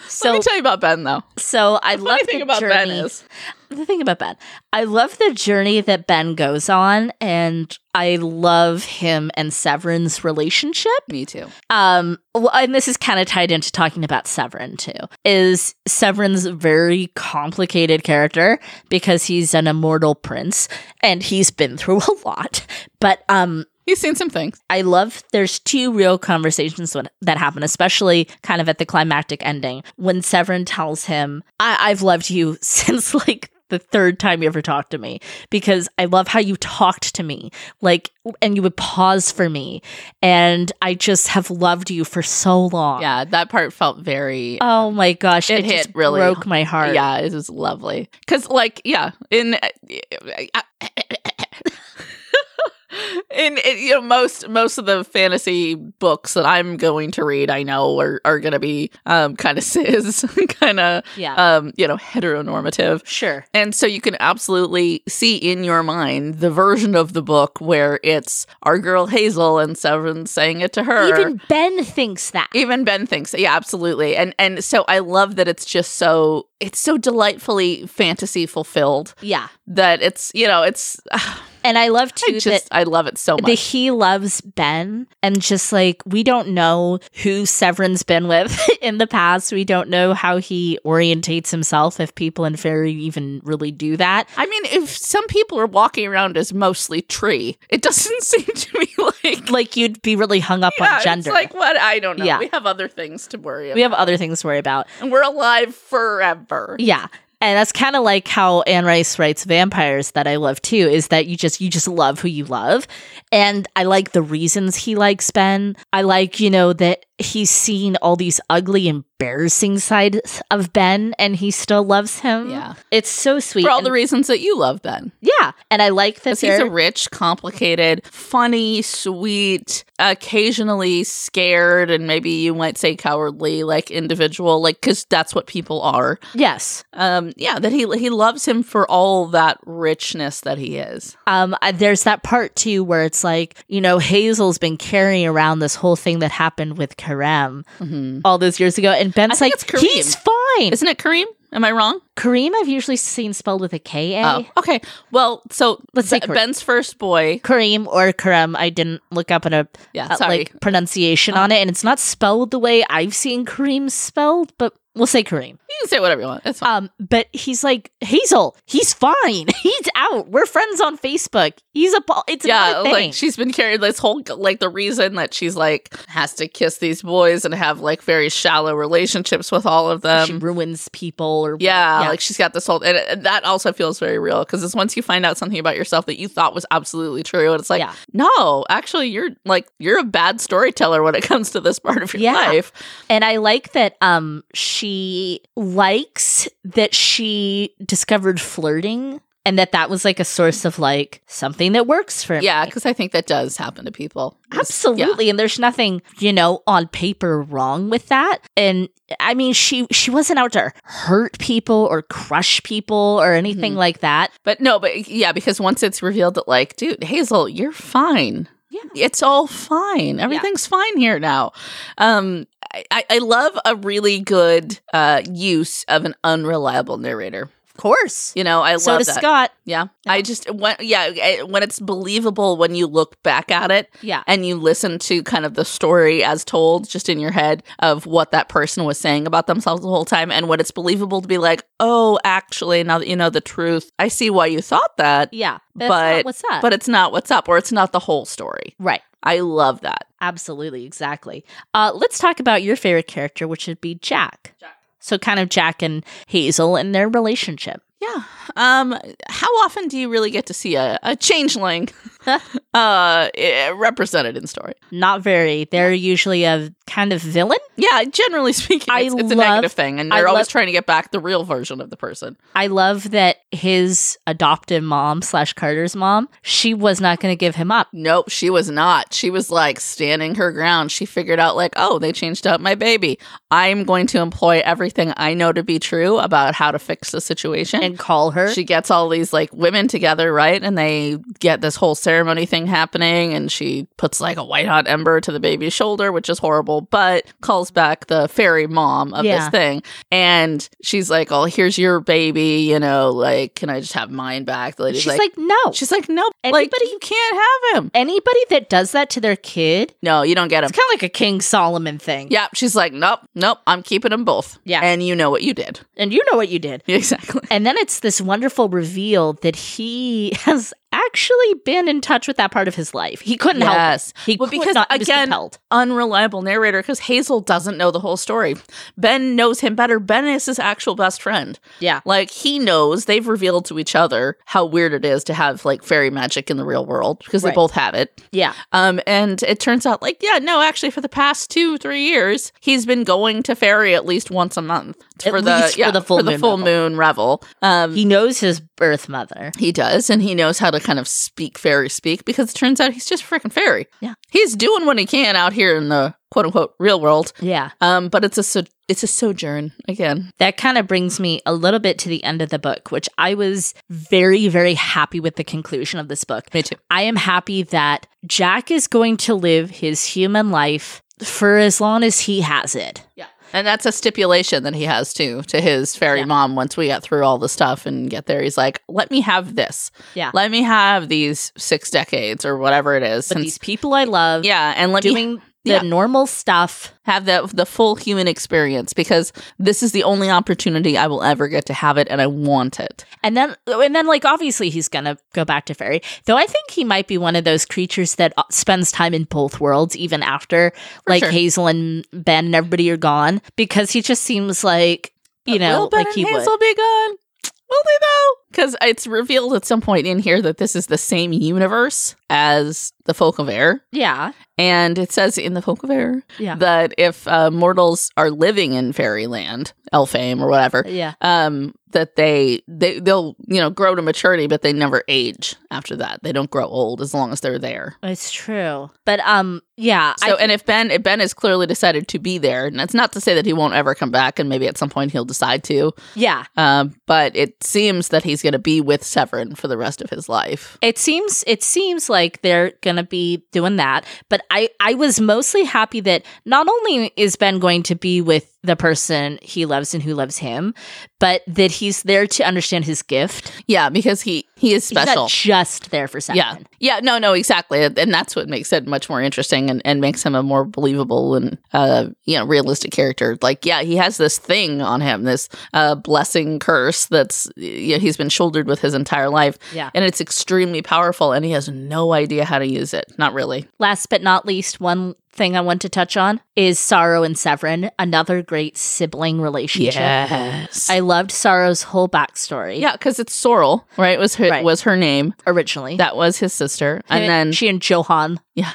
C: Let
A: so
C: me tell you about Ben though.
A: so I
C: The
A: love
C: funny
A: the
C: thing about
A: journey.
C: Ben is
A: the thing about Ben. I love the journey that Ben goes on and I love him and Severin's relationship.
C: me too.
A: Um, well, and this is kind of tied into talking about Severin too. Is Severin's a very complicated character because he's an immortal prince and he's been through a lot. But um
C: He's seen some things.
A: I love there's two real conversations when, that happen, especially kind of at the climactic ending when Severin tells him, I- I've loved you since like the third time you ever talked to me because I love how you talked to me. Like, and you would pause for me. And I just have loved you for so long.
C: Yeah, that part felt very.
A: Oh my gosh.
C: It
A: It,
C: hit
A: just
C: really
A: broke my heart.
C: uh, yeah, it was lovely. Cause like yeah, in uh, in you know most most of the fantasy books that I'm going to read, I know are are going to be um kind of cis, kind of
A: Yeah.
C: um you know heteronormative.
A: sure.
C: And so you can absolutely see in your mind the version of the book where it's our girl Hazel and Severin saying it to her.
A: Even Ben thinks that.
C: Even Ben thinks, yeah, absolutely. And and so I love that it's just so it's so delightfully fantasy fulfilled
A: yeah.
C: that it's you know it's I
A: And I love too
C: just
A: that
C: I love it so
A: that
C: much.
A: he loves Ben and just like we don't know who Severin's been with in the past. We don't know how he orientates himself if people in fairy even really do that.
C: I mean, if some people are walking around as mostly tree, it doesn't seem to me like
A: Like you'd be really hung up
C: yeah,
A: on gender.
C: It's like what I don't know.
A: Yeah.
C: We have other things to worry about.
A: we have other things to worry about.
C: and we're alive forever.
A: Yeah. And that's kind of like how Anne Rice writes vampires that I love too is that you just you just love who you love. And I like the reasons he likes Ben. I like, you know, that he's seen all these ugly embarrassing sides of Ben and he still loves him.
C: Yeah.
A: It's so sweet.
C: For all
A: And-
C: the reasons that you love Ben.
A: yeah. And I like that
C: Because he's
A: they're-
C: a rich, complicated, funny, sweet, occasionally scared, and maybe you might say cowardly, like individual, like because that's what people are.
A: yes.
C: Um, yeah, that he he loves him for all that richness that he is.
A: Um, I- there's that part too where it's like, you know, Hazel's been carrying around this whole thing that happened with Karem
C: Mhm.
A: all those years ago, and Ben's like,
C: think it's Kareem.
A: he's fine.
C: Isn't it Kareem? Am I wrong?
A: Kareem, I've usually seen spelled with a K A.
C: Oh, okay. Well, so
A: Let's say
C: Be-
A: Kareem.
C: Ben's first boy.
A: Kareem or Kareem. I didn't look up in a
C: Yeah,
A: uh,
C: sorry. Oh.
A: like pronunciation on it, and it's not spelled the way I've seen Kareem spelled, but We'll say Kareem.
C: You can say whatever you want. It's fine.
A: Um, but he's like Hazel. He's fine. He's out. We're friends on Facebook. He's a ball. It's
C: yeah,
A: another thing.
C: like she's been carrying this whole like the reason that she's like has to kiss these boys and have like very shallow relationships with all of them.
A: she ruins people or
C: um, yeah,
A: yeah.
C: like she's got this whole and, and that also feels very real because it's once you find out something about yourself that you thought was absolutely true and it's like
A: Yeah.
C: no, actually you're like you're a bad storyteller when it comes to this part of your
A: Yeah.
C: life.
A: And I like that um she likes that she discovered flirting and that that was like a source of like something that works for me.
C: Yeah, because I think that does happen to people. It's- yeah.
A: Absolutely. And there's nothing, you know, on paper wrong with that. And I mean, she she wasn't out to hurt people or crush people or anything
C: Mhm.
A: like that.
C: But no, but yeah, because once it's revealed that like, dude, Hazel, you're fine.
A: Yeah.
C: It's all fine. Everything's fine here now. Um I- I, I love a really good uh use of an unreliable narrator.
A: Of course.
C: You know, I
A: so
C: love
A: does
C: that.
A: Scott.
C: Yeah. I just when yeah, I- when it's believable when you look back at it
A: Yeah.
C: and you listen to kind of the story as told just in your head of what that person was saying about themselves the whole time and when it's believable to be like, "Oh, actually, now that you know the truth, I see why you thought that."
A: Yeah. That's
C: But-
A: not what's up.
C: but it's not what's up or it's not the whole story.
A: right.
C: I love that.
A: Absolutely, exactly. Uh, let's talk about your favorite character, which would be Jack. So, kind of Jack and Hazel and their relationship.
C: Yeah. Um how often do you really get to see a, a changeling uh eh, represented in story?
A: Not very. They're usually a kind of villain.
C: Yeah, generally speaking,
A: I
C: it's, it's a
A: love-
C: negative thing and
A: I
C: they're always
A: love-
C: trying to get back the real version of the person.
A: I love that his adoptive mom slash Carter's mom. She was not going to give him up.
C: Nope, she was not. She was like standing her ground. She figured out like, "Oh, they changed out my baby. I'm going to employ everything I know to be true about how to fix the situation."
A: And call her.
C: She gets all these like women together, right? And they get this whole ceremony thing happening, and she puts like a white hot ember to the baby's shoulder, which is horrible, but calls back the fairy mom of this
A: Yeah.
C: thing. And she's like, Oh, here's your baby, you know, like, can I just have mine back? The lady's
A: She's
C: like,
A: like, no.
C: She's like, No,
A: Anybody-
C: like, you can't have him.
A: Anybody that does that to their kid,
C: No, you don't get him.
A: it's kind of like a King Solomon thing.
C: Yeah, she's like, Nope, nope, I'm keeping them both.
A: Yeah.
C: And you know what you did.
A: And you know what you did.
C: Exactly.
A: And then it's this wonderful reveal that he has actually been in touch with that part of his life. He couldn't
C: Yes.
A: help it. He
C: Well,
A: could
C: because,
A: not, he was
C: again,
A: compelled.
C: unreliable narrator because Hazel doesn't know the whole story. Ben knows him better. Ben is his actual best friend.
A: Yeah.
C: Like he knows they've revealed to each other how weird it is to have like fairy magic in the real world because they
A: Right.
C: both have it.
A: Yeah.
C: Um, and it turns out like, yeah, no, actually for the past two, three years, he's been going to fairy at least once a month
A: At least for the full moon revel.
C: moon revel. Um,
A: He knows his birth mother.
C: he does, and he knows how to kind of speak fairy speak because it turns out he's just freaking fairy.
A: Yeah.
C: he's doing what he can out here in the quote unquote real world.
A: Yeah.
C: Um, but it's a so- it's a sojourn again.
A: That kind of brings me a little bit to the end of the book, which I was very, very happy with the conclusion of this book.
C: Me too.
A: I am happy that Jack is going to live his human life for as long as he has it.
C: Yeah, and that's a stipulation that he has too to his fairy
A: Yeah.
C: mom. Once we get through all the stuff and get there, he's like, "Let me have this.
A: Yeah.
C: let me have these six decades or whatever it is.
A: But
C: since-
A: these people I love
C: yeah, and let me
A: doing the
C: yeah.
A: normal stuff.
C: have the the full human experience because this is the only opportunity I will ever get to have it, and I want it.
A: And then, and then, like obviously, he's gonna go back to fairy. Though I think he might be one of those creatures that uh, spends time in both worlds, even after like
C: sure.
A: Hazel and Ben and everybody are gone, because he just seems like you know,
C: Will Ben
A: like he
C: and
A: would.
C: Hazel be gone? Will they though? Because it's revealed at some point in here that this is the same universe as the Folk of Air,
A: yeah,
C: and it says in the Folk of Air
A: yeah,
C: that if uh, mortals are living in Fairyland, Elfame, or whatever,
A: yeah.
C: um, that they they they'll you know grow to maturity, but they never age after that. They don't grow old as long as they're there.
A: It's true, but um, yeah.
C: So,
A: I,
C: and if Ben if Ben has clearly decided to be there, and that's not to say that he won't ever come back, and maybe at some point he'll decide to.
A: yeah,
C: Um, but it seems that he's going to be with Severin for the rest of his life.
A: It seems it seems like they're gonna be doing that, but I I was mostly happy that not only is Ben going to be with the person he loves and who loves him, but that he's there to understand his gift.
C: Yeah, because he he is
A: He's
C: special.
A: not just there for
C: yeah,
A: Simon.
C: yeah, no, no, exactly, and that's what makes it much more interesting and, and makes him a more believable and uh you know realistic character. Like, yeah, he has this thing on him, this uh blessing curse that's you know, he's been shouldered with his entire life,
A: Yeah.
C: and it's extremely powerful, and he has no idea how to use it. Not really.
A: Last but not least, one thing I want to touch on is Sorrow and Severin, another great sibling relationship.
C: Yes.
A: I loved Sorrow's whole backstory
C: yeah, because it's Sorrel, right? Was her
A: Right.
C: was her name?
A: originally.
C: That was his sister, and
A: Him-
C: then
A: she and Johan.
C: yeah,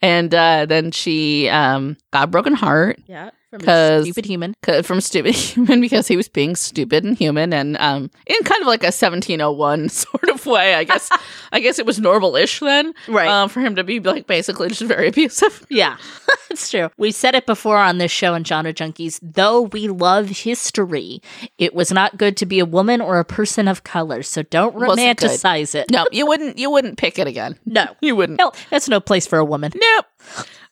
C: and uh, then she um, got a broken heart
A: Yeah. From
C: 'Cause-
A: stupid human.
C: 'ca- from stupid human because he was being stupid and human, and um, in kind of like a 1701 sort of way, I guess. I guess it was normal-ish then,
A: Right.
C: uh, for him to be like basically just very abusive.
A: Yeah, it's true. We've said it before on this show in Genre Junkies. Though we love history, it was not good to be a woman or a person of color. So don't
C: Wasn't good.
A: romanticize it.
C: No, you wouldn't. You wouldn't pick it again.
A: No.
C: you wouldn't.
A: No, that's no place for a woman.
C: Nope.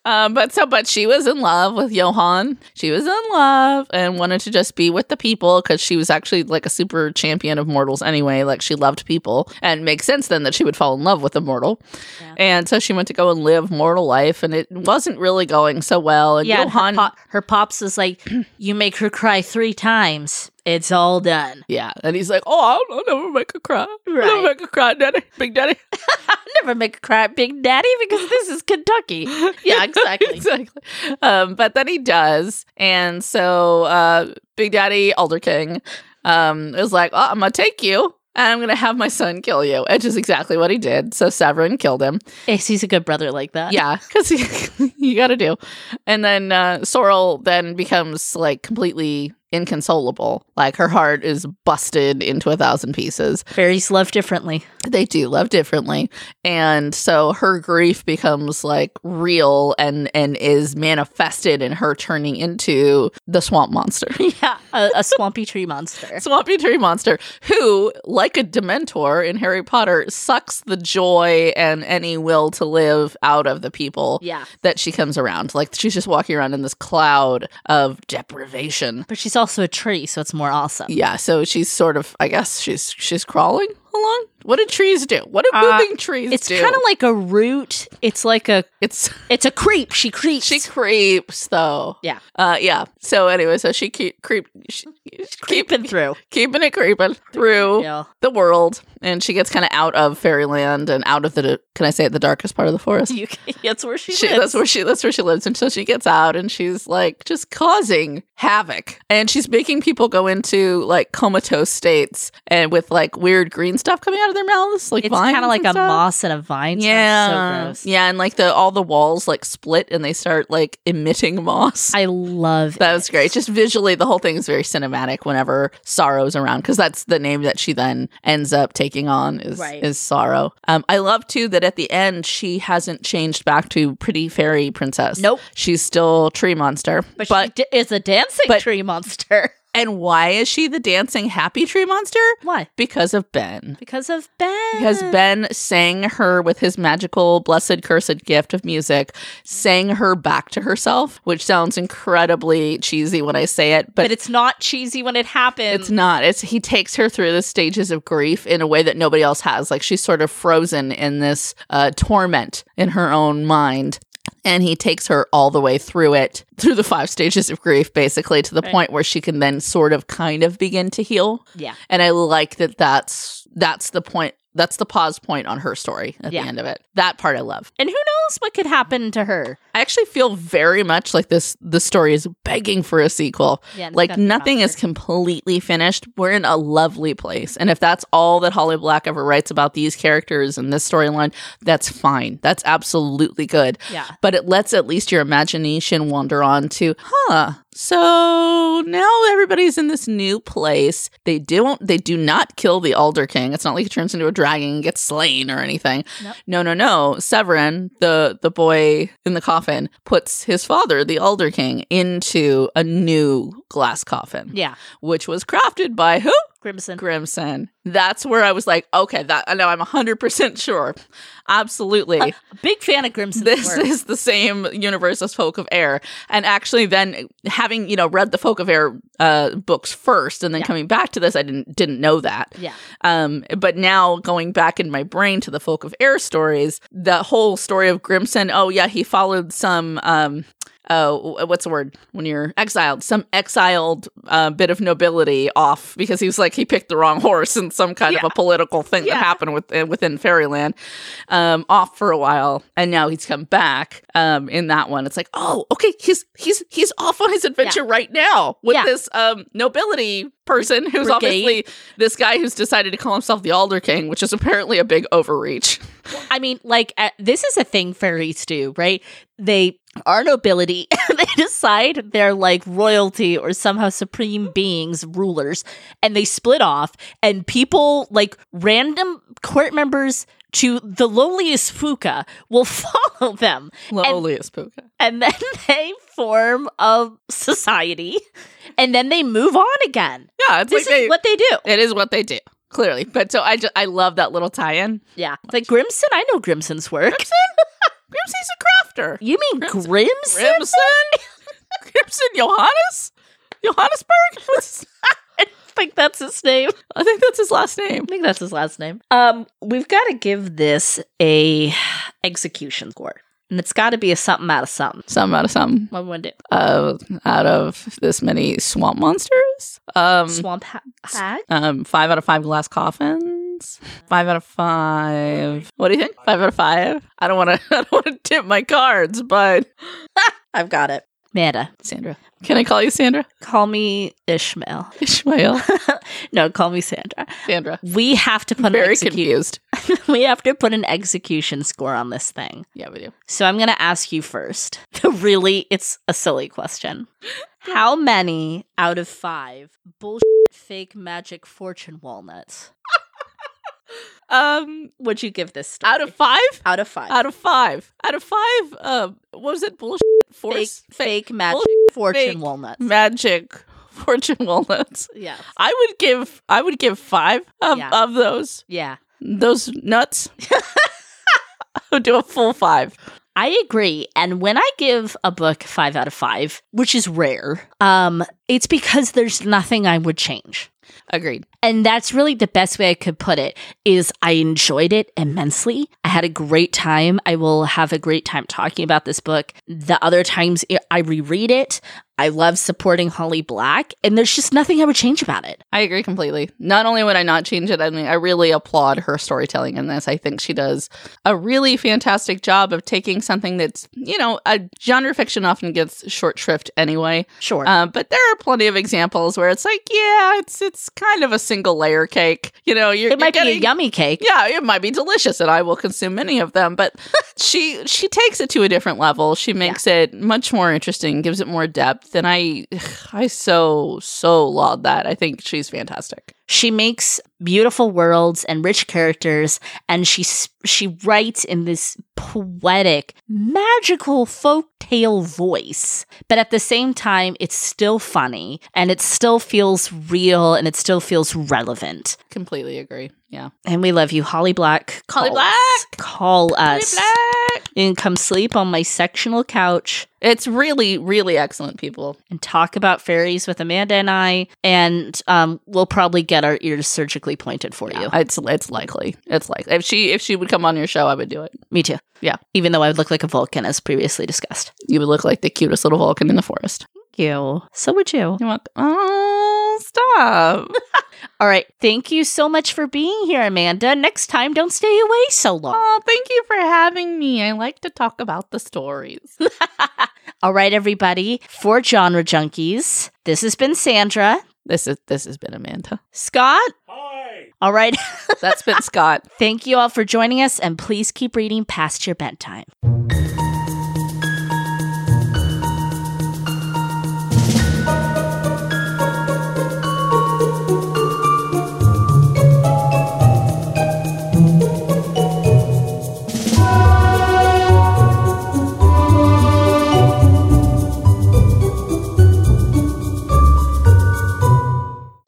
C: Um, but so, but she was in love with Johan. She was in love and wanted to just be with the people because she was actually like a super champion of mortals anyway. Like she loved people, and it makes sense then that she would fall in love with a mortal. And so she went to go and live mortal life, and it wasn't really going so well. And
A: Yeah, and her,
C: Johan,
A: pop, her pops is like, you make her cry three times. It's all done.
C: yeah, and he's like, "Oh, I'll, I'll never make her cry. I'll
A: Right.
C: never make her cry, Daddy, Big Daddy."
A: Never make her cry, Big Daddy, because this is Kentucky. Yeah, exactly.
C: exactly. Um, but then he does, and so uh, Big Daddy Alder King um, is like, oh, "I'm gonna take you, and I'm gonna have my son kill you," which is exactly what he did. So Severin killed him.
A: Yes, He's eh, a good brother like that.
C: Yeah, because you got to do. And then uh, Sorrel then becomes like completely inconsolable. Like her heart is busted into a thousand pieces
A: Fairies love differently.
C: they do love differently and so her grief becomes like real and and is manifested in her turning into the swamp monster
A: Yeah, a, a swampy tree monster.
C: swampy tree monster who like a dementor in harry potter sucks the joy and any will to live out of the people
A: Yeah.
C: that she comes around like she's just walking around in this cloud of deprivation
A: But she's also a tree, so it's more awesome.
C: yeah so she's sort of i guess she's she's crawling along what do trees do what do
A: Uh,
C: moving trees
A: It's
C: do
A: kind of like a root. It's like a
C: it's
A: it's a creep. She creeps.
C: She creeps though.
A: Yeah.
C: Uh, yeah. So anyway, so she keep creep, she,
A: creeping through.
C: keeping it creeping through
A: Yeah.
C: the world, and she gets kind of out of fairyland and out of the can I say it the darkest part of the forest.
A: You, that's where she,
C: She,
A: lives.
C: that's where she that's where she lives and so she gets out and she's like just causing havoc and she's making people go into like comatose states and with like weird green stuff coming out of their mouths like
A: it's
C: vines
A: kind of like
C: and
A: a
C: stuff.
A: moss and a vine.
C: yeah
A: Yeah. So gross.
C: yeah and like the all the walls like split and they start like emitting moss
A: I love
C: that
A: it.
C: was great. Just visually, the whole thing is very cinematic. Whenever Sorrow's around, because that's the name that she then ends up taking on is
A: Right.
C: is Sorrow. Um, I love too that at the end she hasn't changed back to pretty fairy princess.
A: Nope.
C: she's still tree monster.
A: But,
C: But,
A: she d- is a dancing
C: but-
A: tree monster.
C: and why is she the dancing happy tree monster?
A: Why?
C: Because of Ben.
A: Because of Ben.
C: Because Ben sang her with his magical, blessed, cursed gift of music, sang her back to herself, which sounds incredibly cheesy when I say it,
A: But,
C: but
A: it's not cheesy when it happens.
C: It's not. It's he takes her through the stages of grief in a way that nobody else has. Like she's sort of frozen in this uh, torment in her own mind. And he takes her all the way through it, through the five stages of grief, basically, to the point where she can then sort of kind of begin to heal.
A: Yeah.
C: And I like that that's that's the point that's the pause point on her story at
A: Yeah.
C: the end of it. That part I love.
A: And who knows what could happen to her?
C: I actually feel very much like this the story is begging for a sequel.
A: Yeah, and it's
C: like
A: gotta be
C: nothing is
A: faster.
C: completely finished. We're in a lovely place. And if that's all that Holly Black ever writes about these characters and this storyline, that's fine. That's absolutely good.
A: Yeah.
C: But it lets at least your imagination wander on to, huh. So now everybody's in this new place. They don't they do not kill the Alder King. It's not like he turns into a dragon and gets slain or anything. No, no, no. Severin, the the boy in the coffin, puts his father, the Alder King, into a new glass coffin,
A: Yeah.
C: which was crafted by who?
A: Grimson.
C: Grimson. That's where I was like, okay, that I know I'm 100% sure. Absolutely.
A: Big fan of Grimson's
C: this
A: work.
C: is the same universe as Folk of Air. And actually, then having you know read the Folk of Air uh, books first, and then coming back to this, I didn't didn't know that.
A: Yeah.
C: Um, but now going back in my brain to the Folk of Air stories, the whole story of Grimson. Oh yeah, he followed some. Um, uh, what's the word when you're exiled? Some exiled uh, bit of nobility off because he was like he picked the wrong horse in some kind of
A: Yeah.
C: a political thing
A: Yeah.
C: that happened with, uh, within Fairyland um, off for a while, and now he's come back. Um, in that one, it's like, oh, okay, he's he's he's off on his adventure right now with
A: Yeah.
C: this um, nobility person who's
A: Brigade.
C: obviously this guy who's decided to call himself the Alder King, which is apparently a big overreach.
A: I mean, like uh, this is a thing fairies do, right? They are nobility. they decide they're like royalty or somehow supreme beings, rulers, and they split off. And people, like random court members to the lowliest fuka, will follow them,
C: Lolius Puka.
A: and then they form a society, and then they move on again.
C: Yeah, it's
A: This
C: like
A: is
C: they-
A: what they do.
C: it is what they do clearly. But so I just I love that little tie-in.
A: Yeah, like Grimson. I know Grimson's work.
C: Grimsey's a crafter.
A: You mean Grimson?
C: Grimson, Grimson, Johannes, Johannesburg. What's-
A: I think that's his name.
C: I think that's his last name.
A: I think that's his last name. Um, we've got to give this a execution score, and it's got to be a something out of something.
C: Some out of some
A: What would it?
C: uh, out of this many swamp monsters. Um,
A: Swamp ha- hag?
C: um, five out of five glass coffins. Five out of five. What do you think? Five out of five. I don't want to. I don't want to tip my cards, but
A: I've got it. Meta,
C: Sandra. Can I call you Sandra?
A: call me Ishmael.
C: Ishmael.
A: no, call me Sandra.
C: Sandra.
A: We have to put an
C: Very
A: execu-
C: confused.
A: we have to put an execution score on this thing.
C: Yeah, we do.
A: So I'm going to ask you first. really, it's a silly question. How many out of five bullshit fake magic fortune walnuts
C: Um,
A: would you give this? Story?
C: out of five.
A: out of five.
C: Out of five. Out of five. Uh, what was it? Bullshit.
A: fake,
C: Force.
A: fake magic fortune
C: fake
A: walnuts.
C: Magic. Fortune walnuts.
A: yeah.
C: I would give. I would give five of,
A: Yeah.
C: of those.
A: Yeah.
C: Those nuts. I would do a full five.
A: I agree. And when I give a book 5 out of 5, which is rare, um it's because there's nothing I would change.
C: Agreed.
A: And that's really the best way I could put it is I enjoyed it immensely. I had a great time. I will have a great time talking about this book. The other times I- I reread it, I love supporting Holly Black and there's just nothing I would change about it.
C: I agree completely. Not only would I not change it, I mean, I really applaud her storytelling in this. I think she does a really fantastic job of taking something that's, you know, a genre fiction often gets short shrift anyway.
A: Sure.
C: Uh, but there are plenty of examples where it's like, yeah, it's it's kind of a single layer cake. You know, you're,
A: it might
C: you're
A: be a
C: getting-
A: yummy cake.
C: yeah, it might be delicious, and I will consume many of them. But she she takes it to a different level. She makes it much more interesting, gives it more depth, and I I so so laud that. I think she's fantastic.
A: She makes beautiful worlds and rich characters, and she s- she writes in this poetic, magical folktale voice. But at the same time, it's still funny, and it still feels real, and it still feels relevant.
C: Completely agree. Yeah,
A: And we love you, Holly Black.
C: Holly
A: Call
C: Black!
A: us. call us.
C: Black.
A: You can come sleep on my sectional couch
C: It's really really excellent, people.
A: and talk about fairies with Amanda and I, and um, we'll probably get our ears surgically pointed for you.
C: It's it's likely. It's likely if she if she would come on your show, I would do it.
A: Me too.
C: Yeah.
A: Even though I would look like a Vulcan as previously discussed.
C: You would look like the cutest little Vulcan in the forest.
A: Thank you. So would you.
C: You're welcome. Oh, stop.
A: All right. Thank you so much for being here, Amanda. Next time, don't stay away so long.
C: Oh, thank you for having me. I like to talk about the stories.
A: All right, everybody. For genre junkies, this has been Sandra.
C: this is this has been Amanda.
A: Scott. All right.
C: That's been Scott.
A: Thank you all for joining us, and please keep reading past your bedtime.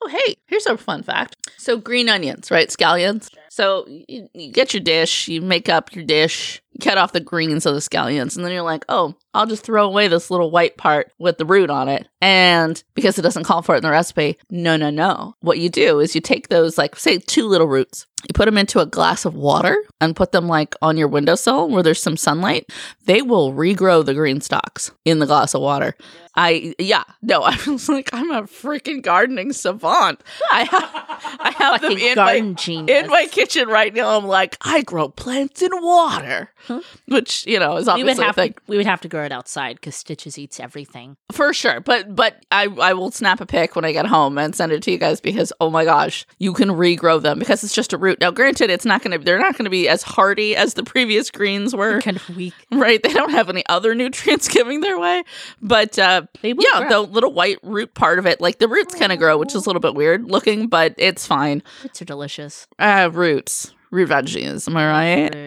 C: Oh, hey, here's a a fun fact. So green onions, right? Scallions. So you, you get your dish, you make up your dish, you cut off the greens of the scallions, and then you're like, oh, I'll just throw away this little white part with the root on it. And because it doesn't call for it in the recipe, no, no, no. What you do is you take those, like, say, two little roots, you put them into a glass of water and put them, like, on your windowsill where there's some sunlight. They will regrow the green stalks in the glass of water. I, yeah, no, I was like, I'm a freaking gardening savant. I have, I have them
A: Fucking
C: in my,
A: garden genius.
C: in my kitchen right now. I'm like, I grow plants in water, which, you know, is
A: we would
C: obviously a
A: have
C: thing.
A: to we would have to grow it outside because Stitches eats everything.
C: For sure, but but I I will snap a pic when I get home and send it to you guys because oh my gosh, you can regrow them because it's just a root. Now, granted, it's not gonna they're not gonna be as hardy as the previous greens were,
A: Kind of weak.
C: right? They don't have any other nutrients coming their way, but uh,
A: They will
C: yeah,
A: grow.
C: the little white root part of it, like the roots kind of grow, which is a little bit weird looking, but it's fine.
A: Roots are delicious.
C: Uh, roots, root veggies, am I right?
A: Root.